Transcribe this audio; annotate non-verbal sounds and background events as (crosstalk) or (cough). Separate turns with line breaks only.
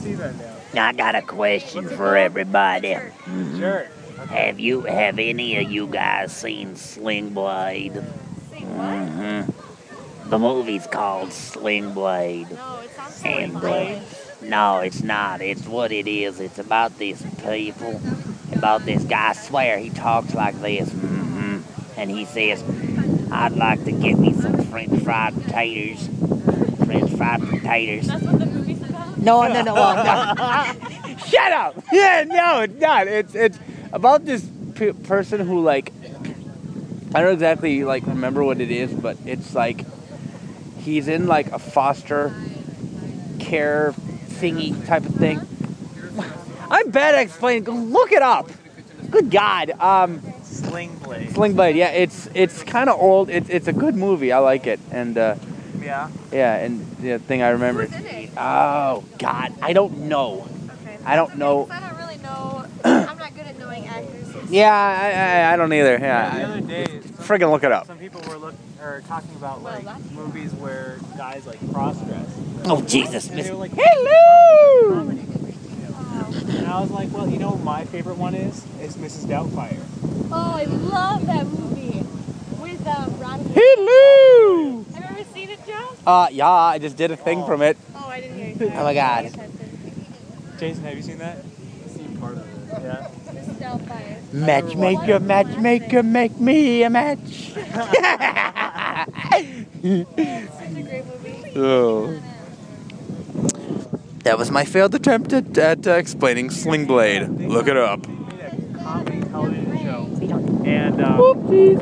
see that now.
Now, I got a question for everybody.
Sure.
Have you, have any of you guys seen Sling Blade? Mm-hmm.
What?
The movie's called Sling Blade.
No, it sounds
And
like
blade. No, it's not. It's what it is. It's about these people, about this guy. I swear he talks like this. hmm And he says, I'd like to get me some French fried potatoes. French fried potatoes.
That's what the movie's about.
No, no, no. Well, no.
Shut up! (laughs) Yeah, no, it's not. It's it's about this p- person who like I don't exactly like remember what it is, but it's like he's in like a foster care thingy type of thing. I'm bad at explaining. Go Look it up. Good God. Um,
Sling blade.
Sling Blade. Yeah, it's it's kind of old. It's it's a good movie. I like it. And uh,
Yeah.
yeah, and the thing I remember.
Who's in it?
Oh God, I don't know.
Okay.
I don't know.
I don't really
(coughs)
know. I'm not good at knowing actors.
Yeah, I, I, I don't either.
The other
Yeah,
day,
I, friggin' look it up.
some people were look or talking about
Well,
like
that's-
movies where guys like cross dress.
Oh, Jesus.
And they
Miss-
were like,
Hello.
Oh,
and I was like, well, you know, what my favorite one is is Mrs. Doubtfire.
Oh, I love that movie with um, Rodney.
Hello.
Have you ever seen it, Joe?
Uh, yeah, I just did a thing from it.
Oh, I didn't hear you.
Oh my God.
Jason, have you seen that? seen part of it. Yeah.
Mrs. Doubtfire.
Matchmaker, matchmaker, make me a match.
It's such a great movie.
(laughs) oh. That was my failed attempt at, at uh, explaining Sling Blade. Look it up.
They made a comedy television show. And um,